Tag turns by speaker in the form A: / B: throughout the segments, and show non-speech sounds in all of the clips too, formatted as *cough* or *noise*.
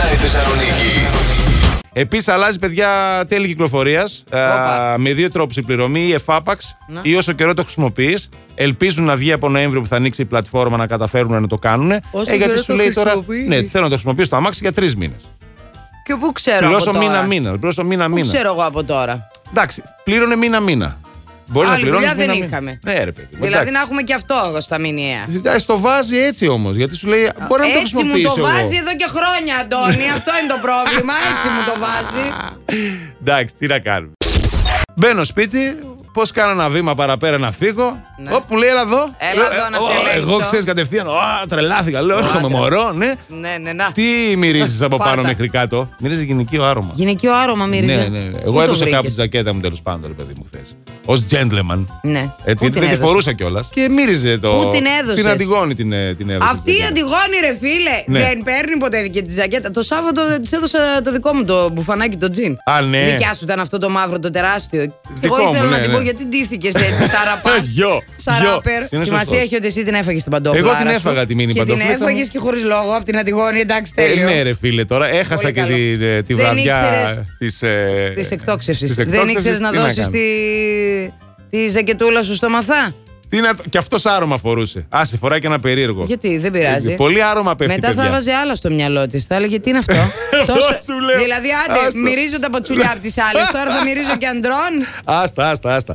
A: Θεσσαλονίκη.
B: Επίσης, αλλάζει παιδιά τέλη κυκλοφορίας.
C: Όπα. Ναι.
B: Με δύο τρόπους. Η πληρωμή ή εφάπαξ ή όσο καιρό το χρησιμοποιείς. Ελπίζουν να βγει από Νοέμβριο που θα ανοίξει η πλατφόρμα να καταφέρουν να το Ε, κάνουν.
C: Όσο καιρό το χρησιμοποιείς.
B: Ναι, θέλω να το χρησιμοποιήσω στο αμάξι για τρεις μήνες.
C: Και πού ξέρω
B: Πληρώσω
C: από τώρα.
B: μήνα-μήνα. Πληρώσω
C: Πού
B: μήνα-μήνα.
C: ξέρω εγώ από τώρα.
B: Εντάξει, πλήρωνε μήνα-μήνα. Μπορεί
C: Άλλη
B: πληρώνεις
C: δουλειά δεν
B: μήνα-μήνα.
C: είχαμε.
B: Ναι, ρε παιδί. μου,
C: Δηλαδή
B: εντάξει.
C: να έχουμε και αυτό εδώ στα μηνιαία.
B: Ζητάει, το βάζει έτσι όμως. Γιατί σου λέει, μπορεί να μην το
C: Έτσι μου
B: χρησιμοποιήσω.
C: το
B: εγώ.
C: βάζει εδώ και χρόνια, Αντώνη. αυτό είναι το πρόβλημα. Έτσι μου το βάζει.
B: Εντάξει, τι να κάνουμε. Μπαίνω σπίτι, πώς κάνω ένα βήμα παραπέρα να φύγω.
C: Ναι.
B: Όπου λέει, έλα εδώ.
C: Έλα εδώ
B: Ε,
C: να σε
B: ω,
C: ελέγξω.
B: Εγώ ξέρεις κατευθείαν, α, τρελάθηκα. Λέω, έρχομαι
C: άντρας.
B: μωρό, ναι.
C: Ναι, ναι, να.
B: Τι μυρίζεις από πάνω
C: Πάρτα.
B: μέχρι κάτω. Μυρίζει γυναικείο άρωμα.
C: Γυναικείο άρωμα μύριζε.
B: Ναι, ναι.
C: Πού
B: Εγώ
C: το
B: έδωσα
C: βρήκες?
B: κάπου τη ζακέτα μου τέλος πάντων, ρε παιδί μου, χθες. Ως gentleman.
C: Ναι.
B: Έτσι,
C: Πού
B: γιατί
C: την
B: δεν τη
C: έδωσες?
B: φορούσα κιόλας. Και μύριζε το.
C: Πού την έδωσες?
B: Την Αντιγόνη την, ε, την έδωσα.
C: Αυτή η Αντιγόνη, ρε φίλε,
B: Ναι.
C: δεν παίρνει ποτέ και τη ζακέτα. Το Σάββατο της έδωσα το δικό μου το μπουφανάκι, το τζιν.
B: Α, ναι.
C: Δικιά σου ήταν αυτό το μαύρο, το τεράστιο.
B: Δικό
C: Εγώ
B: μου,
C: ήθελα
B: ναι,
C: να την
B: ναι.
C: πω γιατί ντύθηκες έτσι,
B: *laughs*
C: σαραπάς.
B: Ε, Γιο, γιο.
C: Σαράπερ.
B: Είναι
C: Σημασία
B: σωστός.
C: έχει ότι εσύ την έφαγες την παντόφλα.
B: Εγώ την
C: άρα σου.
B: έφαγα τη μίνι
C: Και
B: παντόφλα,
C: την
B: ήταν-
C: έφαγες και χωρίς λόγο από την Αντιγόνη, εντάξει,
B: Ε,
C: τέλειο.
B: ναι, ρε φίλε, τώρα έχασα
C: Πολύ
B: και
C: καλό.
B: τη, ε, τη
C: Δεν
B: βραδιά
C: ήξερες
B: της. Ε,
C: Της εκτόξευσης.
B: της
C: Δεν
B: εκτόξευσης,
C: ήξερε να
B: τι
C: δώσεις
B: κάνω.
C: τη... τη ζακετούλα σου στο μαθά.
B: Τι να... Και αυτός άρωμα φορούσε. Α, σε φοράει και ένα περίεργο.
C: Γιατί δεν πειράζει.
B: Ε, Πολύ άρωμα πέφτει.
C: Μετά
B: παιδιά.
C: θα βάζε άλλα στο μυαλό της. Θα έλεγε τι είναι αυτό.
B: *laughs* Εγώ σου λέω.
C: Δηλαδή, άντε,
B: Άστο.
C: μυρίζω τα πατσουλιά από τις άλλες.
B: *laughs*
C: Τώρα θα μυρίζω και αντρών.
B: Άστα, άστα, άστα.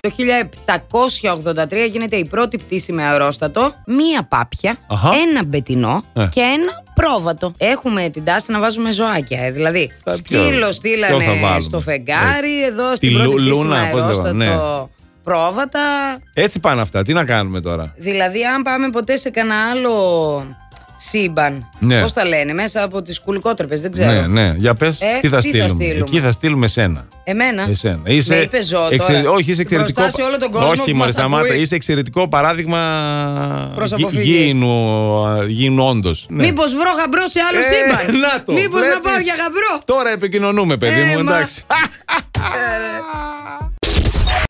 C: Το 1783 γίνεται η πρώτη πτήση με αερόστατο. Μία πάπια,
B: Αχα.
C: ένα μπετινό
B: Ε.
C: και ένα πρόβατο. Έχουμε την τάση να βάζουμε ζωάκια. ε, Δηλαδή,
B: Στα πιο-
C: σκύλο στείλανε
B: ποιο θα βάλουμε. Ε,
C: στο φεγγάρι, εδώ στην
B: Τη
C: πρώτη
B: Λου-
C: πτήση με
B: Λούνα, πώς ναι. το
C: αερόστατο.
B: λένε,
C: Πρόβατα,
B: Έτσι πάνε αυτά. Τι να κάνουμε τώρα.
C: Δηλαδή, αν πάμε ποτέ σε κανένα άλλο σύμπαν,
B: Ναι.
C: πώς τα λένε, μέσα από τις κουλικότρεπες, δεν ξέρω.
B: Ναι, ναι. Για πες,
C: Ε,
B: τι, θα,
C: τι θα
B: στείλουμε.
C: στείλουμε.
B: Εκεί θα στείλουμε σένα.
C: Εμένα.
B: Εσένα. Είσαι,
C: Με είπε ζώο
B: εξαιρε-
C: τώρα.
B: Όχι, είσαι εξαιρετικό.
C: Μπροστά σε όλο τον κόσμο
B: όχι,
C: που
B: μωρέ,
C: μας
B: σταμάτα.
C: ακούει.
B: Είσαι εξαιρετικό παράδειγμα
C: Προς
B: γη-
C: αποφυγή.
B: γήινου, α, γήινου όντως. Ναι.
C: Μήπως βρω γαμπρό σε άλλο σύμπαν.
B: Ε, να το,
C: Μήπως να
B: βλέπεις.
C: πάω για γαμπρό.
B: Τώρα επικοινωνούμε, παιδί
C: Ε,
B: μου,
C: μα. Ε,
B: εντάξει.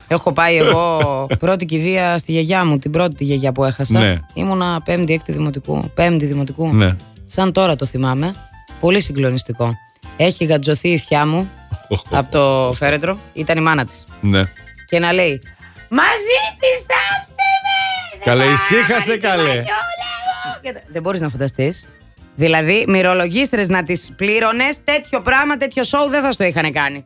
C: Έχω πάει εγώ πρώτη κηδεία στη γιαγιά μου, την πρώτη τη γιαγιά που έχασα.
B: Ναι.
C: Ήμουνα πέμπτη, έκτη δημοτικού. Πέμπτη δημοτικού.
B: ναι.
C: Σαν τώρα το θυμάμαι. Πολύ συγκλονιστικό. Έχει γατζωθεί η θιά μου από το φέρετρο. Ήταν η μάνα της.
B: ναι.
C: και να λέει Μαζί της θάψτε με! Δεν
B: Καλέ,
C: θα
B: ησύχασε,
C: βάλεις τη
B: καλέ.
C: μανιόλα μου!» Και τα- Δεν μπορείς να φανταστείς. Δηλαδή, μυρολογίστρες να τις πλήρωνες, τέτοιο πράγμα, τέτοιο σοου δεν θα στο είχαν κάνει.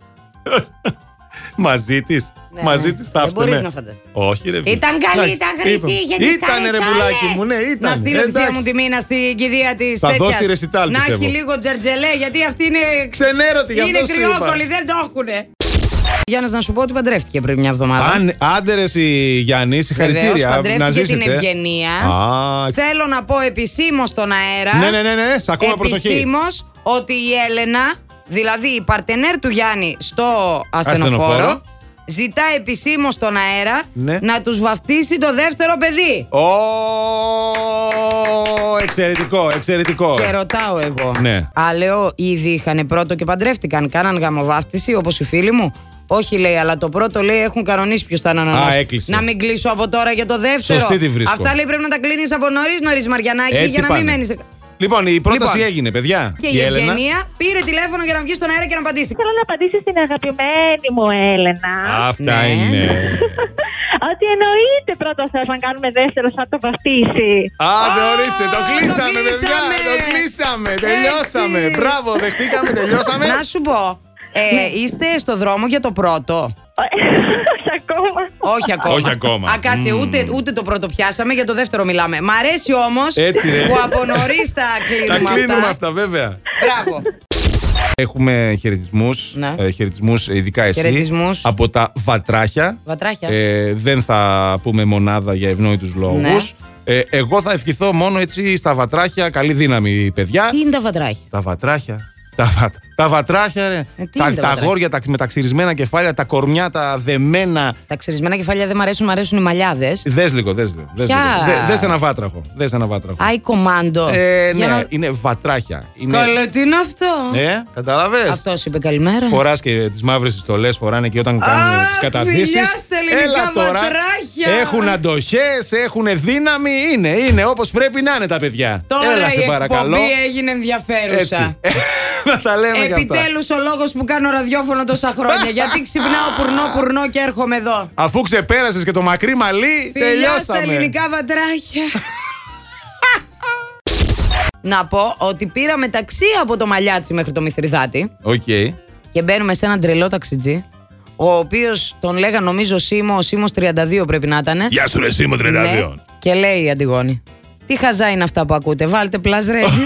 B: Μαζί της.
C: Ναι.
B: Μαζί της τα
C: Δεν μπορείς
B: ναι.
C: να φανταστείς.
B: Όχι, ρε. φίλε.
C: Ήταν καλή,
B: Εντάξει,
C: ήταν χρυσή, είχε τις
B: Ήτανε, ρε
C: καλές
B: πουλάκι
C: άλλες.
B: μου, ναι, ήταν.
C: Να στείλω τη θεία μου τη μήνα στην κηδεία της.
B: Θα δώσει ρεσιτάλ,
C: Να
B: πιστεύω.
C: έχει λίγο τζερτζελέ, γιατί αυτή είναι.
B: Ξενέρωτη, γι'
C: Είναι
B: αυτό σου είπα.
C: κρυόκολλη, δεν το έχουνε. Γιάννης, να σου πω ότι παντρεύτηκε πριν μια εβδομάδα.
B: Αν, άντε ρε συ, Γιάννη,
C: Βεβαίως,
B: συγχαρητήρια. Να
C: παντρεύτηκε
B: ζήσετε.
C: την Ευγενία.
B: Α,
C: Θέλω να πω επισήμως στον αέρα.
B: ναι, ναι, ναι, ναι, σε ακούω με προσοχή.
C: επισήμως ότι η Έλενα, δηλαδή η παρτενέρ του Γιάννη στο ασθενοφόρο,
B: Ασθενοφόρο.
C: ζητά επισήμω στον αέρα
B: Ναι.
C: να τους βαφτίσει το δεύτερο παιδί.
B: Ω, εξαιρετικό, εξαιρετικό.
C: Και ρωτάω εγώ.
B: Ναι.
C: Α, λέω, ήδη είχαν πρώτο και παντρεύτηκαν. Κάναν γαμοβάφτιση όπως οι φίλοι μου. Όχι, λέει, αλλά το πρώτο λέει έχουν κανονίσει ποιος θα ανανεώσει.
B: Α, έκλεισε.
C: Να μην κλείσω από τώρα για το δεύτερο.
B: Σωστή τη βρίσκω.
C: Αυτά λέει πρέπει να τα κλείνεις από νωρίς νωρίς, Μαριανάκη,
B: Έτσι
C: για να μην
B: πάνε.
C: μένεις.
B: Λοιπόν, η πρόταση
C: Λοιπόν.
B: έγινε, παιδιά.
C: Και η, Ευγενία πήρε τηλέφωνο για να βγει στον αέρα και να απαντήσει.
D: Θέλω να απαντήσω στην αγαπημένη μου Έλενα.
B: Αυτά
C: Ναι. *laughs*
B: είναι.
D: Ότι εννοείται πρώτο Θεός αν κάνουμε δεύτερο να το βαφτίσει.
B: Άντε,
C: Α,
B: ορίστε, το
C: το
B: κλείσαμε, παιδιά.
C: κλείσαμε.
B: Το κλείσαμε,
C: Έτσι.
B: τελειώσαμε. Μπράβο, δεχτήκαμε, τελειώσαμε.
C: Να σου πω, ε, είστε στο δρόμο για το πρώτο.
D: Όχι *laughs* ακόμα.
C: Όχι ακόμα.
B: Όχι ακόμα.
C: Α, κάτσε,
B: Μμμ.
C: ούτε, ούτε το πρώτο πιάσαμε, για το δεύτερο μιλάμε. Μ' αρέσει όμως
B: Έτσι, ρε.
C: που από νωρί τα
B: Τα
C: κλείνουμε
B: κλείνουμε αυτά, βέβαια.
C: Μπράβο.
B: Έχουμε χαιρετισμούς.
C: Ναι.
B: Ε, χαιρετισμούς, ειδικά εσύ.
C: Χαιρετισμούς.
B: Από τα βατράχια.
C: Βατράχια.
B: Ε, δεν θα πούμε μονάδα για ευνόητους λόγους.
C: Ναι.
B: Ε, εγώ θα ευχηθώ μόνο έτσι στα βατράχια. Καλή δύναμη, παιδιά.
C: Τι είναι τα βατράχια.
B: Τα βατράχια Τα, βα- τα βατράχια, ρε.
C: Ε, τι
B: τα,
C: είναι τα
B: τα
C: βατράχια?
B: αγόρια, τα μεταξυρισμένα κεφάλια, τα κορμιά, τα δεμένα.
C: Τα ξυρισμένα κεφάλια δεν μ' αρέσουν, μ' αρέσουν οι μαλλιάδες.
B: Δες λίγο, δες λίγο. Δες
C: Ποια?
B: λίγο. Δε- δες ένα βάτραχο. Δες ένα βάτραχο.
C: Άι κομμάντο.
B: Ε, ναι, είναι βατράχια. Είναι...
C: Καλό, τι είναι αυτό.
B: Ε, κατάλαβες.
C: Αυτός είπε καλημέρα.
B: Φοράς και τις μαύρες ιστολές, φοράνε και όταν κάνουν
C: Αχ,
B: τι καταθήσει.
C: φιλιά στα ελληνικά βατράχια.
B: Έχουν αντοχέ, έχουν δύναμη. Είναι, είναι όπως πρέπει να είναι τα παιδιά.
C: Τώρα
B: Έλα,
C: η
B: σε παρακαλώ.
C: εκπομπή έγινε ενδιαφέρουσα.
B: Έτσι. *laughs* να τα λέμε και αυτά.
C: Επιτέλους ο λόγος που κάνω ραδιόφωνο τόσα
B: *laughs*
C: χρόνια. Γιατί ξυπνάω πουρνό πουρνό και έρχομαι εδώ.
B: Αφού ξεπέρασες και το μακρύ μαλλί,
C: Φιλιά στα
B: τελειώσαμε.
C: ελληνικά βατράχια.
B: *laughs*
C: Να πω ότι πήραμε ταξί από το Μαλιάτσι μέχρι το Μηθριδάτη
B: Οκ.
C: και μπαίνουμε σε έναν τρελό ταξιτζή, ο οποίος τον λέγανε νομίζω Σίμω, ο Σίμως 32 πρέπει να ήταν.
B: Γεια σου, ρε Σίμω 32.
C: Ναι. Και λέει η Αντιγόνη. Τι χαζά είναι αυτά που ακούτε. Βάλτε πλαζρέντι.
B: *laughs*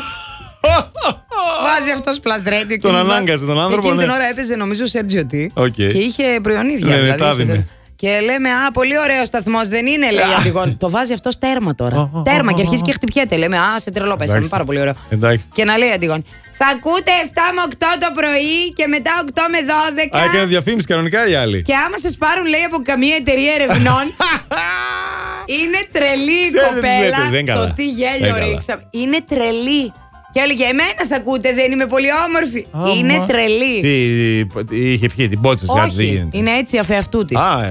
C: Βάζει αυτός πλαζρέντι.
B: Τον ανάγκασε τον άνθρωπο,
C: Εκείνη την
B: ναι.
C: ώρα έπαιζε νομίζω Σέρτζιο Τι.
B: Οκ.
C: Και είχε προϊονίδια. δηλαδή,
B: Ναι, ναι, τα
C: είχε
B: έδινε.
C: τέτοια. Και λέμε, Α, πολύ ωραίος σταθμός δεν είναι,
B: *laughs*
C: λέει η Αντιγόνη. Το βάζει αυτό τέρμα τώρα. τέρμα και αρχίζει και χτυπιέται. Λέμε, Α, σε τρελό πέσαμε.
B: Εντάξει.
C: Πάρα πολύ ωραίο.
B: Εντάξει.
C: Και να λέει η Αντιγόνη. Θα ακούτε 7 με 8 το πρωί και μετά 8 με 12.
B: Α, έκανε διαφήμιση κανονικά οι άλλοι.
C: Και άμα σας πάρουν, λέει, από καμία εταιρεία ερευνών.
B: *laughs*
C: είναι τρελή η
B: Ξέρετε τι
C: κοπέλα.
B: λέτε, δεν καλά.
C: Το τι
B: Δεν
C: γέλιο
B: καλά.
C: ρίξαμε. Είναι τρελή. Και έλεγε, Εμένα θα ακούτε, δεν είμαι πολύ όμορφη.
B: Άμα.
C: είναι τρελή.
B: Τι, τι είχε πιει, την πότσε, κάτι δεν
C: Όχι,
B: γίνεται.
C: είναι έτσι αφεαυτού της.
B: Α, ε.